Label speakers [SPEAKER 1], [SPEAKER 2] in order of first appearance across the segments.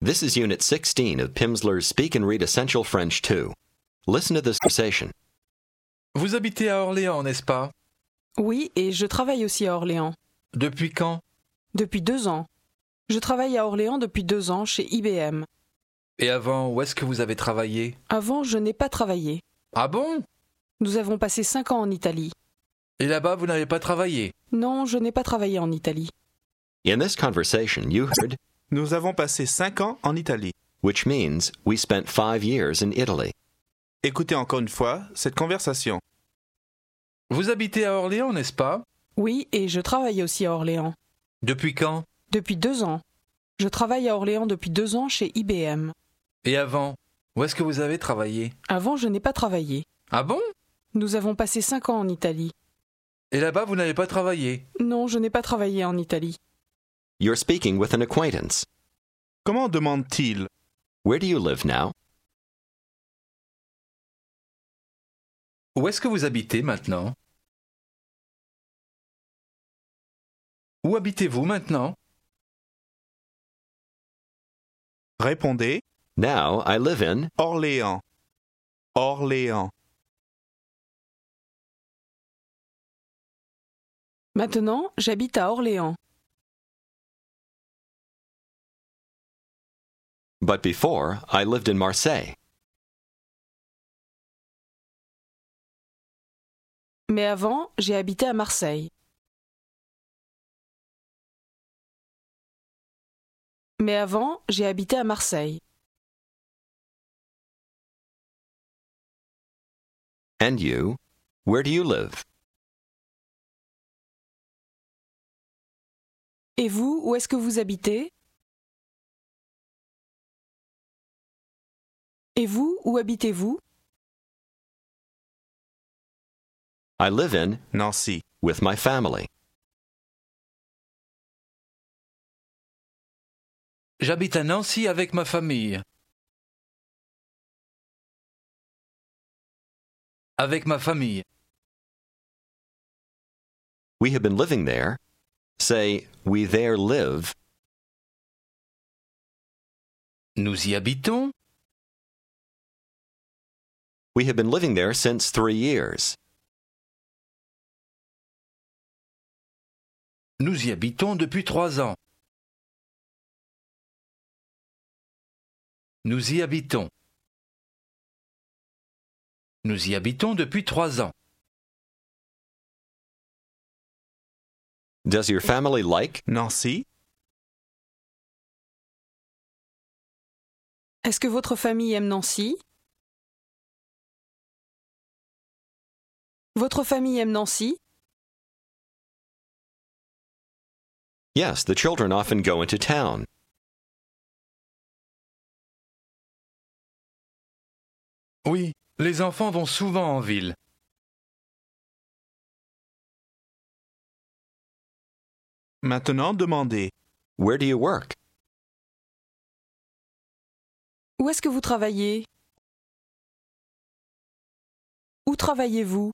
[SPEAKER 1] This is Unit 16 of Pimsleur's Speak and Read Essential French 2. Listen to this conversation.
[SPEAKER 2] Vous habitez à Orléans, n'est-ce pas
[SPEAKER 3] Oui, et je travaille aussi à Orléans,
[SPEAKER 2] Depuis quand
[SPEAKER 3] depuis deux ans. Je travaille à Orléans depuis deux ans chez IBM.
[SPEAKER 2] Et avant, où est-ce que vous avez travaillé
[SPEAKER 3] Avant, je n'ai pas travaillé.
[SPEAKER 2] Ah bon
[SPEAKER 3] Nous avons passé cinq ans en Italie.
[SPEAKER 2] Et là-bas, vous n'avez pas travaillé
[SPEAKER 3] Non, je n'ai pas travaillé en Italie.
[SPEAKER 1] In this conversation, you heard,
[SPEAKER 4] Nous avons passé cinq ans en Italie.
[SPEAKER 1] which means we spent five years in Italy.
[SPEAKER 4] Écoutez encore une fois cette conversation.
[SPEAKER 2] Vous habitez à Orléans, n'est-ce pas
[SPEAKER 3] Oui, et je travaille aussi à Orléans,
[SPEAKER 2] Depuis quand
[SPEAKER 3] depuis deux ans. Je travaille à Orléans depuis deux ans chez IBM.
[SPEAKER 2] Et avant, où est-ce que vous avez travaillé
[SPEAKER 3] Avant, je n'ai pas travaillé.
[SPEAKER 2] Ah bon
[SPEAKER 3] Nous avons passé cinq ans en Italie.
[SPEAKER 2] Et là-bas, vous n'avez pas travaillé
[SPEAKER 3] Non, je n'ai pas travaillé en Italie.
[SPEAKER 1] You're speaking with an acquaintance.
[SPEAKER 4] Comment demande-t-il
[SPEAKER 1] Where do you live now?
[SPEAKER 2] Où est-ce que vous habitez maintenant Où habitez-vous maintenant
[SPEAKER 4] Répondez
[SPEAKER 1] Now I live in.
[SPEAKER 4] Orléans. Orléans.
[SPEAKER 3] Maintenant, j'habite à Orléans.
[SPEAKER 1] But before, I lived in Marseille.
[SPEAKER 3] Mais avant, j'ai habité à Marseille. Mais avant, j'ai habité à Marseille.
[SPEAKER 1] And you? Where do you live?
[SPEAKER 3] Et vous, où est-ce que vous habitez Et vous, où habitez-vous
[SPEAKER 1] I live in
[SPEAKER 4] Nancy.
[SPEAKER 1] with my family.
[SPEAKER 2] J'habite à Nancy avec ma famille. Avec ma famille.
[SPEAKER 1] We have been living there. Say, we there live.
[SPEAKER 2] Nous y habitons.
[SPEAKER 1] We have been living there since three years.
[SPEAKER 2] Nous y habitons depuis trois ans. Nous y habitons. Nous y habitons depuis trois ans.
[SPEAKER 1] Does your family like?
[SPEAKER 4] Nancy.
[SPEAKER 3] Est-ce que votre famille aime Nancy Votre famille aime Nancy
[SPEAKER 1] Yes, the children often go into town.
[SPEAKER 2] Oui, les enfants vont souvent en ville.
[SPEAKER 4] Maintenant demandez.
[SPEAKER 1] Where do you work?
[SPEAKER 3] Où est-ce que vous travaillez Où travaillez-vous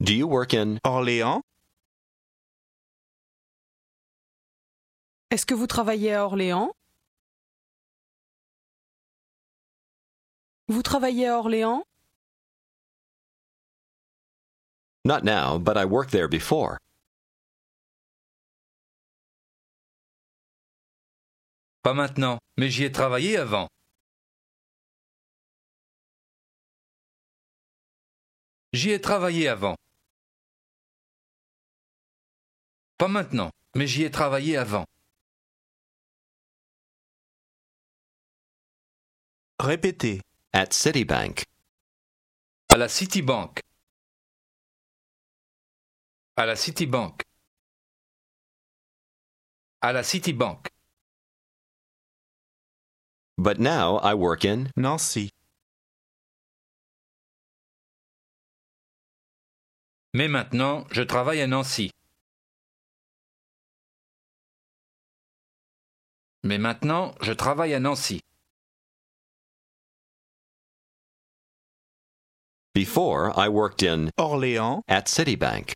[SPEAKER 1] Do you work in?
[SPEAKER 4] Orléans.
[SPEAKER 3] Est-ce que vous travaillez à Orléans Vous travaillez à Orléans
[SPEAKER 1] Not now, but I worked there before.
[SPEAKER 2] Pas maintenant, mais j'y ai travaillé avant. J'y ai travaillé avant. Pas maintenant, mais j'y ai travaillé avant.
[SPEAKER 4] Répétez.
[SPEAKER 1] At Citibank.
[SPEAKER 2] À la Citibank. À la Citibank. À la Citibank.
[SPEAKER 1] But now I work in.
[SPEAKER 4] Nancy.
[SPEAKER 2] Mais maintenant, je travaille à Nancy. Mais maintenant, je travaille à Nancy.
[SPEAKER 1] Before, I worked in.
[SPEAKER 4] Orléans.
[SPEAKER 1] At Citibank.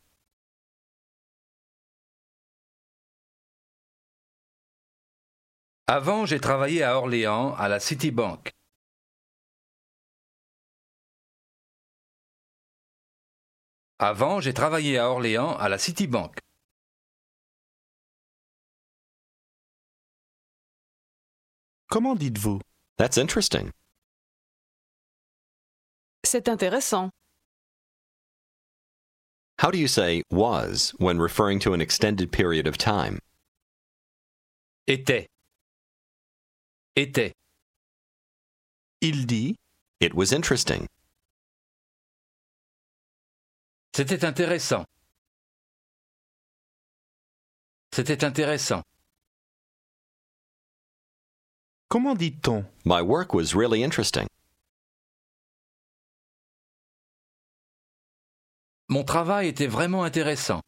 [SPEAKER 2] Avant, j'ai travaillé à Orléans, à la Citibank. Avant, j'ai travaillé à Orléans, à la Citibank.
[SPEAKER 4] Comment dites-vous
[SPEAKER 1] That's interesting.
[SPEAKER 3] C'est intéressant.
[SPEAKER 1] How do you say was when referring to an extended period of time?
[SPEAKER 2] Était. Était.
[SPEAKER 4] Il dit
[SPEAKER 1] It was interesting.
[SPEAKER 2] C'était intéressant. C'était intéressant.
[SPEAKER 4] Comment dit-on
[SPEAKER 1] My work was really interesting.
[SPEAKER 2] Mon travail était vraiment intéressant.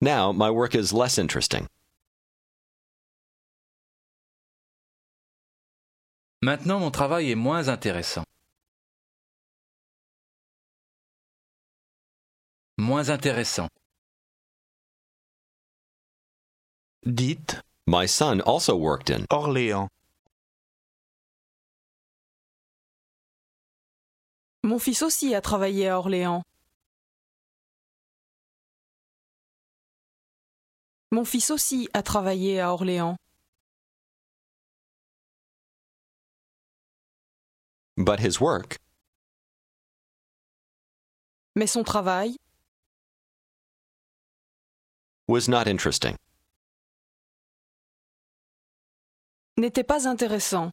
[SPEAKER 1] Now my work is less interesting.
[SPEAKER 2] Maintenant, mon travail est moins intéressant. Moins intéressant.
[SPEAKER 4] Dites
[SPEAKER 1] My son also worked in
[SPEAKER 4] Orléans.
[SPEAKER 3] Mon fils aussi a travaillé à Orléans. Mon fils aussi a travaillé à Orléans.
[SPEAKER 1] but his work
[SPEAKER 3] Mais son travail,
[SPEAKER 1] was not interesting.
[SPEAKER 3] n'était pas intéressant.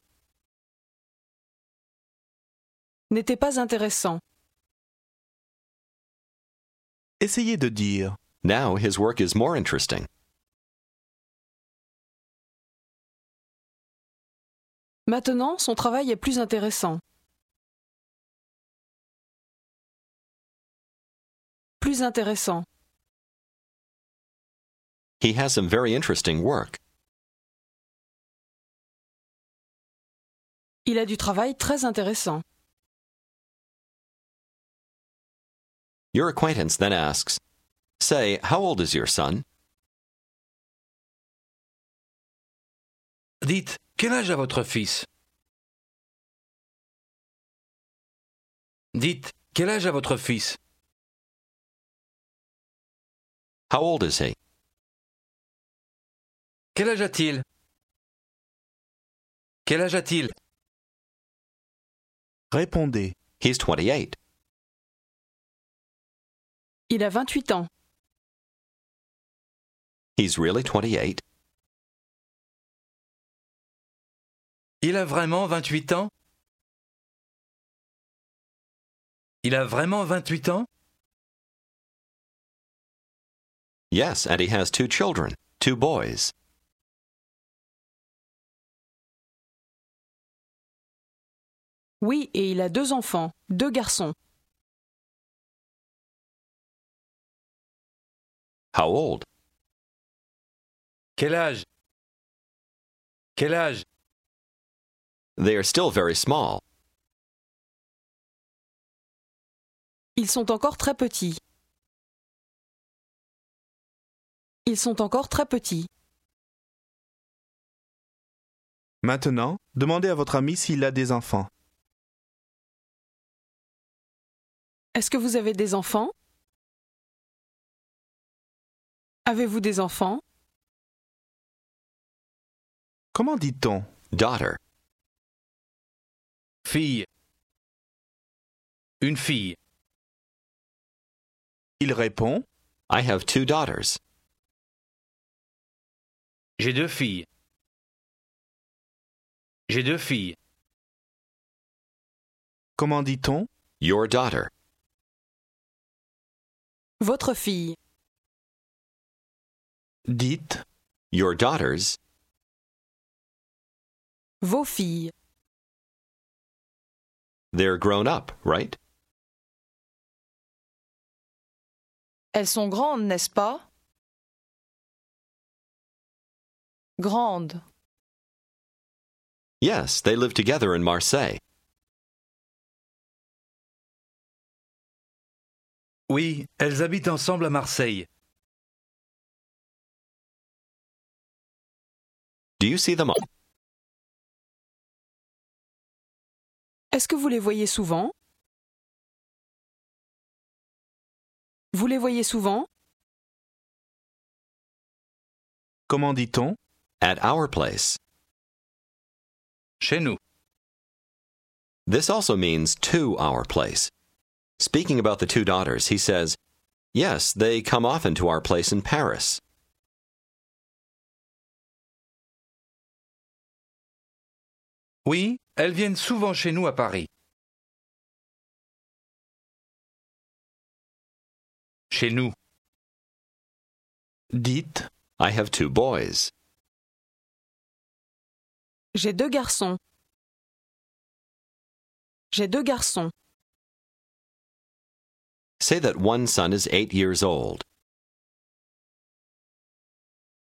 [SPEAKER 3] N'était pas intéressant.
[SPEAKER 4] Essayez de dire
[SPEAKER 1] Now his work is more interesting.
[SPEAKER 3] Maintenant, son travail est plus intéressant. Plus intéressant.
[SPEAKER 1] He has some very interesting work.
[SPEAKER 3] Il a du travail très intéressant.
[SPEAKER 1] Your acquaintance then asks, Say, how old is your son?
[SPEAKER 2] Dites, quel âge a votre fils Dites, quel âge a votre fils
[SPEAKER 1] How old is he?
[SPEAKER 2] Quel âge a-t-il Quel âge a-t-il
[SPEAKER 4] Répondez.
[SPEAKER 1] He's 28.
[SPEAKER 3] Il a 28 ans.
[SPEAKER 1] He's really 28.
[SPEAKER 2] Il a vraiment 28 ans Il a vraiment 28 ans
[SPEAKER 1] Yes, and he has two children, two boys.
[SPEAKER 3] Oui, et il a deux enfants, deux garçons.
[SPEAKER 1] How old?
[SPEAKER 2] Quel âge Quel âge
[SPEAKER 1] They are still very small.
[SPEAKER 3] Ils sont encore très petits. Ils sont encore très petits.
[SPEAKER 4] Maintenant, demandez à votre ami s'il a des enfants.
[SPEAKER 3] Est-ce que vous avez des enfants Avez-vous des enfants
[SPEAKER 4] Comment dit-on
[SPEAKER 1] Daughter.
[SPEAKER 2] Fille. Une fille.
[SPEAKER 4] Il répond
[SPEAKER 1] I have two daughters.
[SPEAKER 2] J'ai deux filles. J'ai deux filles.
[SPEAKER 4] Comment dit-on
[SPEAKER 1] Your daughter.
[SPEAKER 3] Votre fille,
[SPEAKER 4] Dites
[SPEAKER 1] Your daughters.
[SPEAKER 3] vos filles.
[SPEAKER 1] They're grown up, right?
[SPEAKER 5] Elles sont grandes, n'est-ce pas Grandes.
[SPEAKER 1] Yes, they live together in Marseille.
[SPEAKER 2] Oui, elles habitent ensemble à Marseille.
[SPEAKER 1] Do you see them all?
[SPEAKER 3] Est-ce que vous les voyez souvent Vous les voyez souvent
[SPEAKER 4] Comment dit-on
[SPEAKER 1] At our place.
[SPEAKER 2] Chez nous.
[SPEAKER 1] This also means to our place. Speaking about the two daughters, he says, Yes, they come often to our place in Paris.
[SPEAKER 2] Oui, elles viennent souvent chez nous à Paris. Chez nous.
[SPEAKER 4] Dites
[SPEAKER 1] I have two boys.
[SPEAKER 3] J'ai deux garçons. J'ai deux garçons.
[SPEAKER 1] Say that one son is eight years old.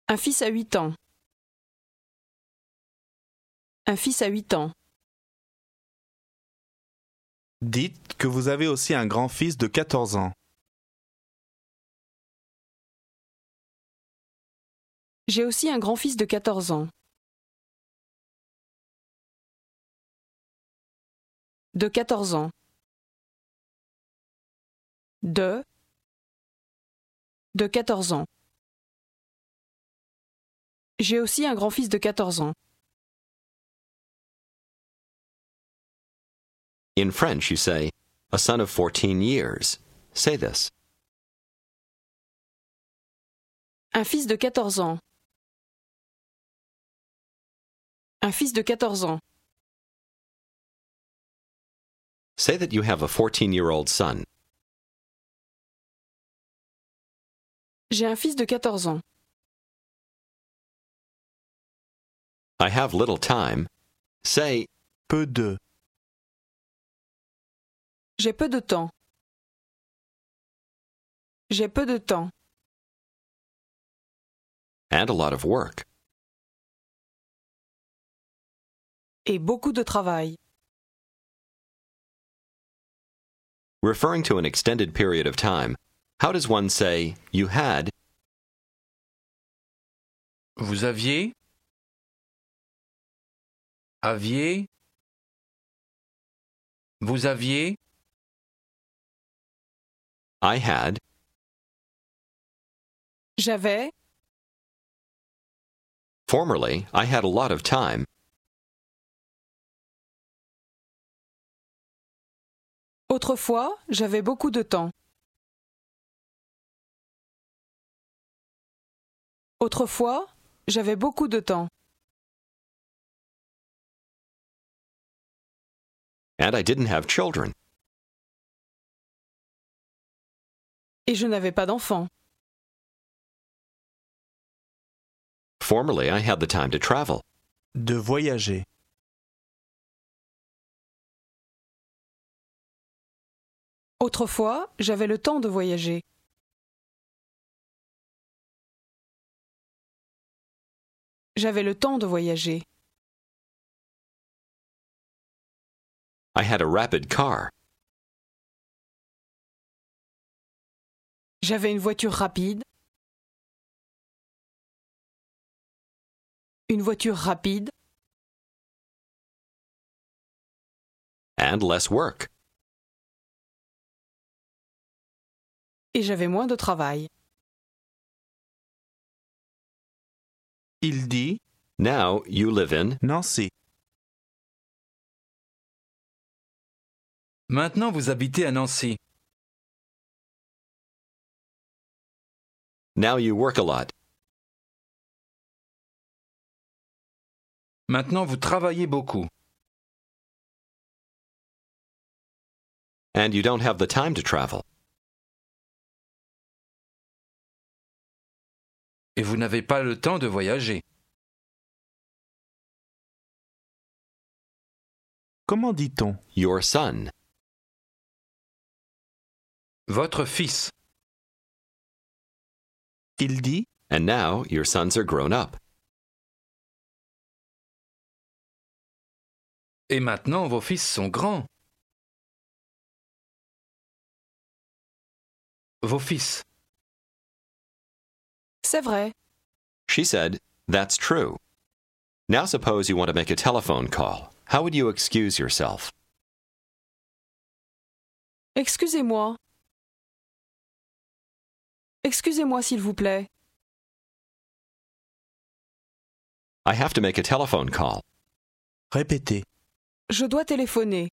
[SPEAKER 3] Un fils à 8 ans. Un fils à 8 ans.
[SPEAKER 4] Dites que vous avez aussi un grand-fils de 14 ans.
[SPEAKER 3] J'ai aussi un grand-fils de 14 ans. De 14 ans. De. De 14 ans. J'ai aussi un grand-fils de 14 ans.
[SPEAKER 1] In French, you say, a son of 14 years. Say this.
[SPEAKER 3] Un fils de 14 ans. Un fils de 14 ans.
[SPEAKER 1] Say that you have a 14 year old son.
[SPEAKER 3] J'ai un fils de 14 ans.
[SPEAKER 1] I have little time. Say,
[SPEAKER 4] Peu de.
[SPEAKER 3] J'ai peu de temps. J'ai peu de temps.
[SPEAKER 1] and a lot of work.
[SPEAKER 3] Et beaucoup de travail.
[SPEAKER 1] Referring to an extended period of time, how does one say, you had,
[SPEAKER 2] Vous aviez. Aviez. Vous aviez.
[SPEAKER 1] I had,
[SPEAKER 3] J'avais,
[SPEAKER 1] formerly, I had a lot of time,
[SPEAKER 3] autrefois, j'avais beaucoup de temps. Autrefois, j'avais beaucoup de temps.
[SPEAKER 1] and I didn't have children.
[SPEAKER 3] Et je n'avais pas d'enfant.
[SPEAKER 1] Formerly, I had the time to travel.
[SPEAKER 4] De voyager.
[SPEAKER 3] Autrefois, j'avais le temps de voyager. J'avais le temps de voyager.
[SPEAKER 1] I had a rapid car.
[SPEAKER 3] J'avais une voiture rapide. Une voiture rapide
[SPEAKER 1] and less work.
[SPEAKER 3] et j'avais moins de travail.
[SPEAKER 4] Il dit
[SPEAKER 1] Now you live in,
[SPEAKER 4] Nancy.
[SPEAKER 2] Maintenant vous habitez à Nancy.
[SPEAKER 1] now you work a lot.
[SPEAKER 2] Maintenant vous travaillez beaucoup.
[SPEAKER 1] And you don't have the time to travel.
[SPEAKER 2] Et vous n'avez pas le temps de voyager.
[SPEAKER 4] Comment dit-on
[SPEAKER 1] Your son.
[SPEAKER 2] Votre fils.
[SPEAKER 4] Il dit
[SPEAKER 1] And now your sons are grown up.
[SPEAKER 2] Et maintenant vos fils sont grands. Vos fils.
[SPEAKER 3] C'est vrai,
[SPEAKER 1] She said, That's true. Now suppose you want to make a telephone call. How would you excuse yourself?
[SPEAKER 3] Excusez-moi. Excusez-moi, s'il vous plaît.
[SPEAKER 1] I have to make a telephone call.
[SPEAKER 4] Répétez.
[SPEAKER 3] Je dois téléphoner.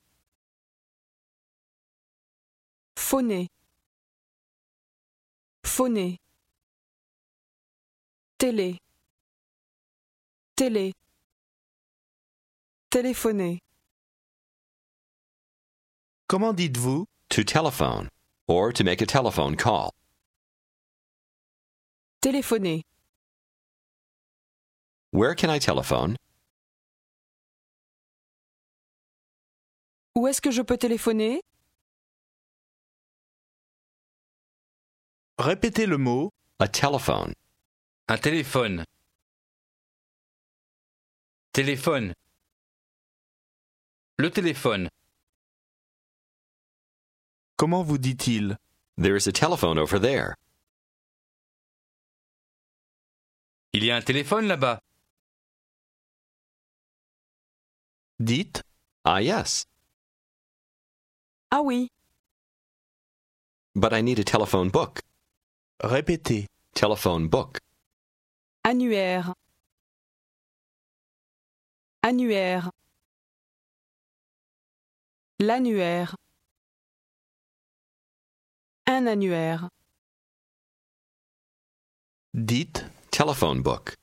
[SPEAKER 3] Phoner. Phoner. Télé. Télé. Téléphoner.
[SPEAKER 4] Comment dites-vous
[SPEAKER 1] To telephone or to make a telephone call.
[SPEAKER 3] Téléphoner.
[SPEAKER 1] Where can I telephone?
[SPEAKER 3] Où est-ce que je peux téléphoner
[SPEAKER 4] Répétez le mot.
[SPEAKER 1] A telephone.
[SPEAKER 2] Un téléphone. Téléphone. Le téléphone.
[SPEAKER 4] Comment vous dit-il
[SPEAKER 1] There is a telephone over there.
[SPEAKER 2] Il y a un téléphone là-bas.
[SPEAKER 4] Dites.
[SPEAKER 1] Ah, yes.
[SPEAKER 3] Ah oui,
[SPEAKER 1] But I need a telephone book.
[SPEAKER 4] Répétez.
[SPEAKER 1] Telephone book.
[SPEAKER 3] annuaire. Annuaire. L'annuaire. Un annuaire.
[SPEAKER 4] Dites.
[SPEAKER 1] Telephone book.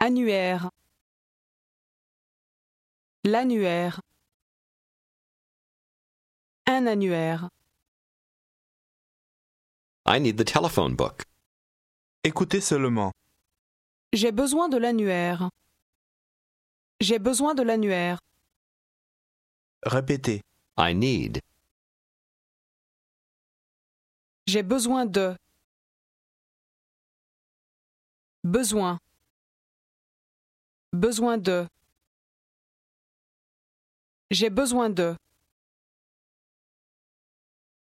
[SPEAKER 3] Annuaire. L'annuaire. Un annuaire.
[SPEAKER 1] I need the telephone book.
[SPEAKER 4] Écoutez seulement.
[SPEAKER 3] J'ai besoin de l'annuaire. J'ai besoin de l'annuaire.
[SPEAKER 4] Répétez.
[SPEAKER 1] I need.
[SPEAKER 3] J'ai besoin de. Besoin. Besoin de. J'ai besoin de.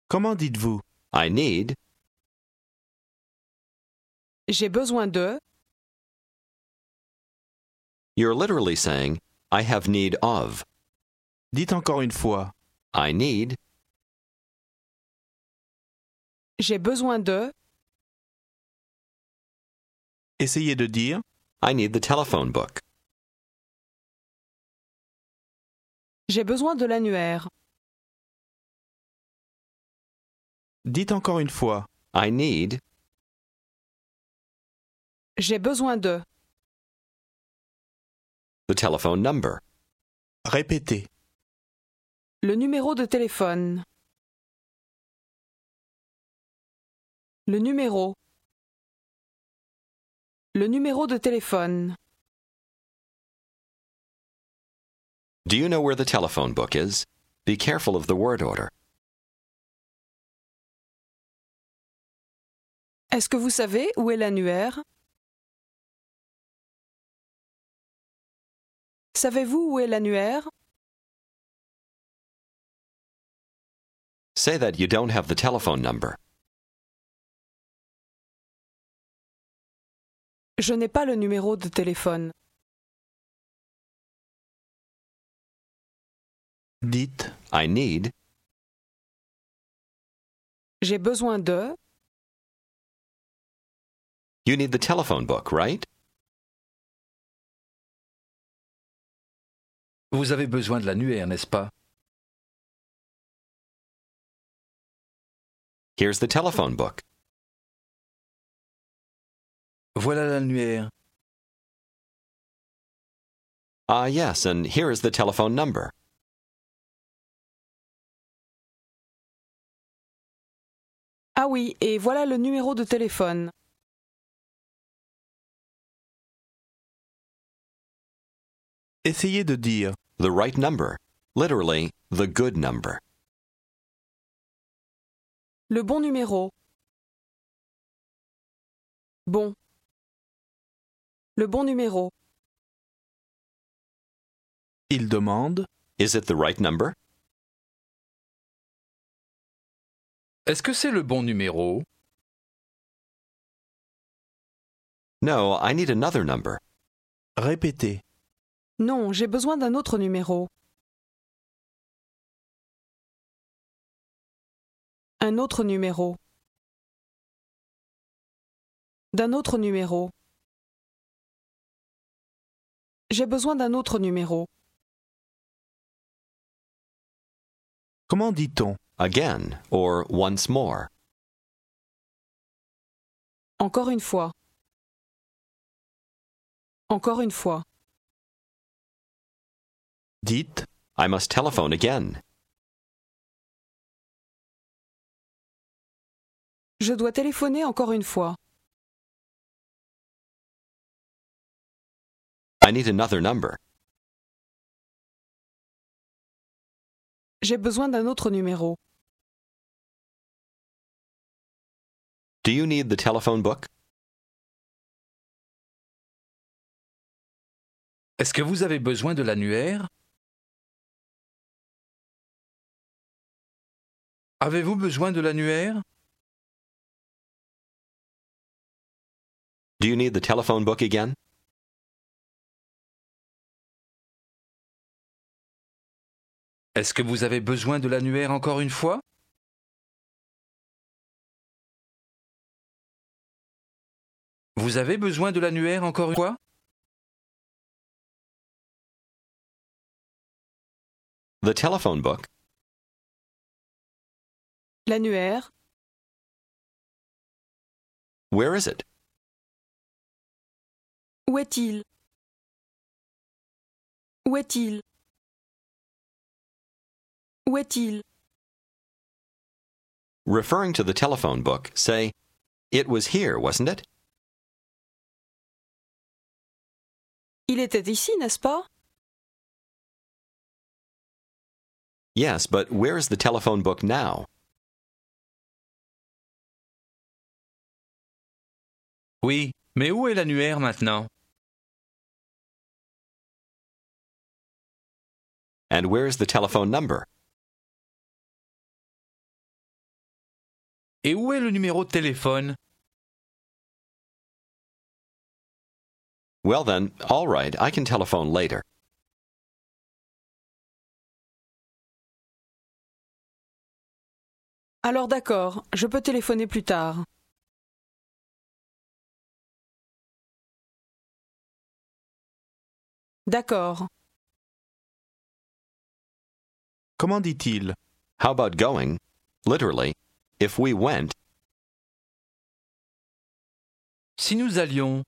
[SPEAKER 4] Comment dites-vous
[SPEAKER 1] I need.
[SPEAKER 3] J'ai besoin de.
[SPEAKER 1] You're literally saying, I have need of.
[SPEAKER 4] Dites encore une fois.
[SPEAKER 1] I need.
[SPEAKER 3] J'ai besoin de.
[SPEAKER 4] Essayez de dire.
[SPEAKER 1] I need the telephone book.
[SPEAKER 3] J'ai besoin de l'annuaire.
[SPEAKER 4] Dites encore une fois.
[SPEAKER 1] I need.
[SPEAKER 3] J'ai besoin de.
[SPEAKER 1] The telephone number.
[SPEAKER 4] Répétez.
[SPEAKER 3] Le numéro de téléphone. Le numéro. Le numéro de téléphone.
[SPEAKER 1] Do you know where the telephone book is? Be careful of the word order.
[SPEAKER 3] Est-ce que vous savez où est l'annuaire Savez-vous où est l'annuaire
[SPEAKER 1] Say that you don't have the telephone number.
[SPEAKER 3] Je n'ai pas le numéro de téléphone.
[SPEAKER 4] Dites.
[SPEAKER 1] I need.
[SPEAKER 3] J'ai besoin de...
[SPEAKER 1] You need the telephone book, right?
[SPEAKER 2] Vous avez besoin de l'annuaire, n'est-ce pas
[SPEAKER 1] Here's the telephone book.
[SPEAKER 2] Voilà l'annuaire.
[SPEAKER 1] Ah, yes, and here is the telephone number.
[SPEAKER 3] Ah oui, et voilà le numéro de téléphone.
[SPEAKER 4] Essayez de dire.
[SPEAKER 1] The right number. Literally, the good number.
[SPEAKER 3] Le bon numéro. Bon. Le bon numéro.
[SPEAKER 4] Il demande.
[SPEAKER 1] Is it the right number?
[SPEAKER 2] Est-ce que c'est le bon numéro
[SPEAKER 1] No, I need another number.
[SPEAKER 4] Répétez.
[SPEAKER 3] Non, j'ai besoin d'un autre numéro. Un autre numéro. D'un autre numéro. J'ai besoin d'un autre numéro.
[SPEAKER 4] Comment dit-on
[SPEAKER 1] Again, or once more.
[SPEAKER 3] Encore une fois. Encore une fois.
[SPEAKER 4] Dites.
[SPEAKER 1] I must telephone again.
[SPEAKER 3] Je dois téléphoner encore une fois.
[SPEAKER 1] I need another number.
[SPEAKER 3] J'ai besoin d'un autre numéro.
[SPEAKER 1] Do you need the telephone book?
[SPEAKER 2] Est-ce que vous avez besoin de l'annuaire Avez-vous besoin de l'annuaire
[SPEAKER 1] Do you need the telephone book again?
[SPEAKER 2] Est-ce que vous avez besoin de l'annuaire encore une fois Vous avez besoin de l'annuaire encore une fois
[SPEAKER 1] The telephone book.
[SPEAKER 3] L'annuaire,
[SPEAKER 1] Where is it?
[SPEAKER 3] où est-il Où est-il Où est-il
[SPEAKER 1] Referring to the telephone book, say, It was here, wasn't it?
[SPEAKER 3] Il était ici, n'est-ce pas
[SPEAKER 1] Yes, but where is the telephone book now?
[SPEAKER 2] Oui, mais où est l'annuaire maintenant
[SPEAKER 1] And where is the telephone number?
[SPEAKER 2] Et où est le numéro de téléphone
[SPEAKER 1] Well, then, all right, I can telephone later.
[SPEAKER 3] Alors d'accord, je peux téléphoner plus tard. D'accord.
[SPEAKER 4] Comment dit-il
[SPEAKER 1] How about going? Literally, if we went,
[SPEAKER 2] Si nous allions,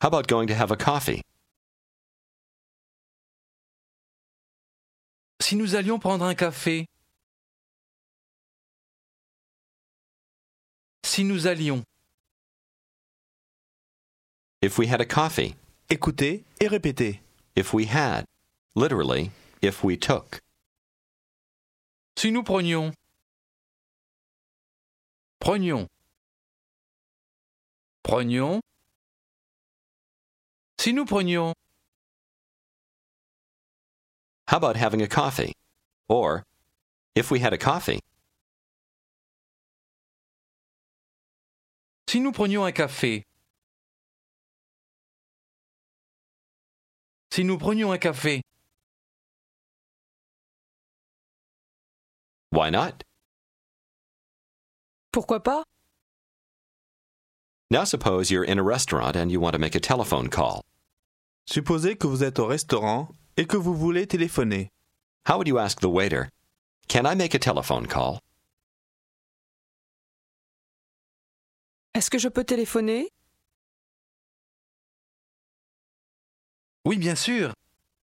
[SPEAKER 1] how about going to have a coffee?
[SPEAKER 2] si nous allions prendre un café Si nous allions,
[SPEAKER 1] If we had a coffee,
[SPEAKER 4] Écoutez et répétez.
[SPEAKER 1] if we had, literally, if we took,
[SPEAKER 2] si nous prenions, prenions, prenions, si nous prenions,
[SPEAKER 1] how about having a coffee? Or, if we had a coffee,
[SPEAKER 2] si nous prenions un café Si nous prenions un café
[SPEAKER 1] why not?
[SPEAKER 3] Pourquoi pas
[SPEAKER 1] Now suppose you're in a restaurant and you want to make a telephone call.
[SPEAKER 4] Supposez que vous êtes au restaurant et que vous voulez téléphoner.
[SPEAKER 1] How would you ask the waiter, Can I make a telephone call?
[SPEAKER 3] Est-ce que je peux téléphoner
[SPEAKER 2] Oui, bien sûr.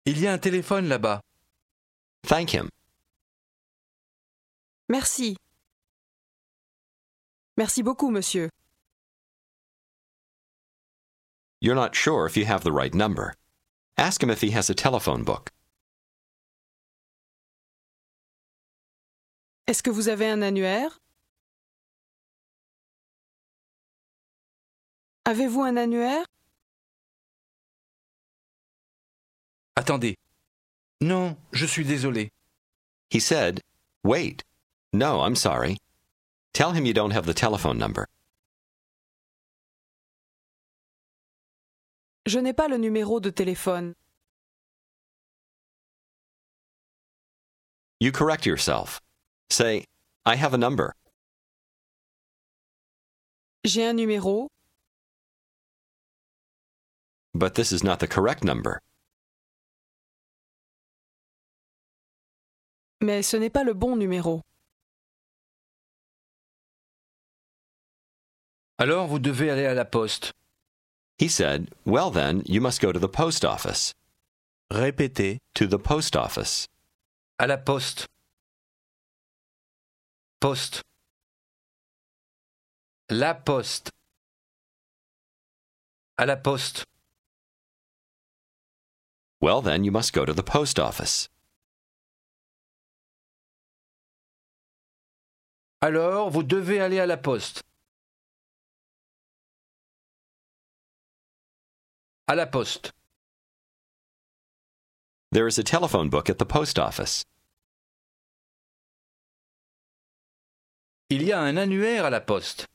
[SPEAKER 2] Il y a un téléphone là-bas.
[SPEAKER 1] Thank him.
[SPEAKER 3] Merci. Merci beaucoup, monsieur.
[SPEAKER 1] You're not sure if you have the right number. Ask him if he has a telephone book.
[SPEAKER 3] Est-ce que vous avez un annuaire Avez-vous un annuaire
[SPEAKER 2] Attendez. Non, je suis désolé.
[SPEAKER 1] He said, Wait. No, I'm sorry. Tell him you don't have the telephone number.
[SPEAKER 3] Je n'ai pas le numéro de téléphone.
[SPEAKER 1] You correct yourself. Say, I have a number.
[SPEAKER 3] J'ai un numéro,
[SPEAKER 1] But this is not the correct number.
[SPEAKER 3] mais ce n'est pas le bon numéro.
[SPEAKER 2] Alors vous devez aller à la poste.
[SPEAKER 1] He said, Well, then, you must go to the post office.
[SPEAKER 4] Répétez.
[SPEAKER 1] To the post office.
[SPEAKER 2] À la poste. Poste. La poste. À la poste.
[SPEAKER 1] Well, then, you must go to the post office.
[SPEAKER 2] Alors vous devez aller à la poste. À la poste.
[SPEAKER 1] There is a telephone book at the post office.
[SPEAKER 2] Il y a un annuaire à la poste.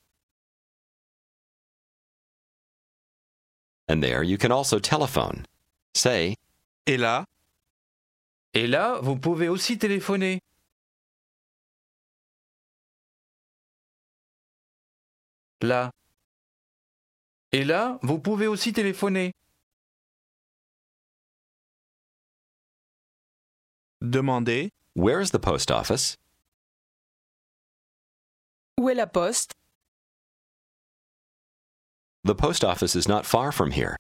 [SPEAKER 1] And there you can also telephone. Say,
[SPEAKER 4] Et là,
[SPEAKER 2] Et là, vous pouvez aussi téléphoner. Là. Et là, vous pouvez aussi téléphoner.
[SPEAKER 4] demandez.
[SPEAKER 1] Where is the post office?
[SPEAKER 3] Où est la poste
[SPEAKER 1] The post office is not far from here.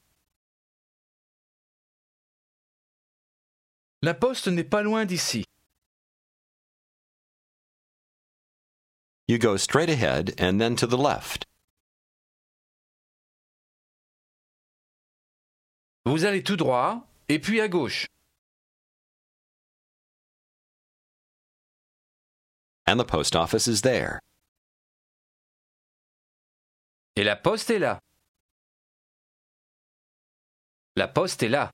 [SPEAKER 2] La poste n'est pas loin d'ici.
[SPEAKER 1] You go straight ahead and then to the left.
[SPEAKER 2] Vous allez tout droit, et puis à gauche.
[SPEAKER 1] And the post office is there.
[SPEAKER 2] Et la poste est là. La poste est là.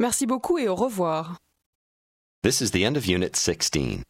[SPEAKER 3] Merci beaucoup et au revoir.
[SPEAKER 1] This is the end of Unit 16.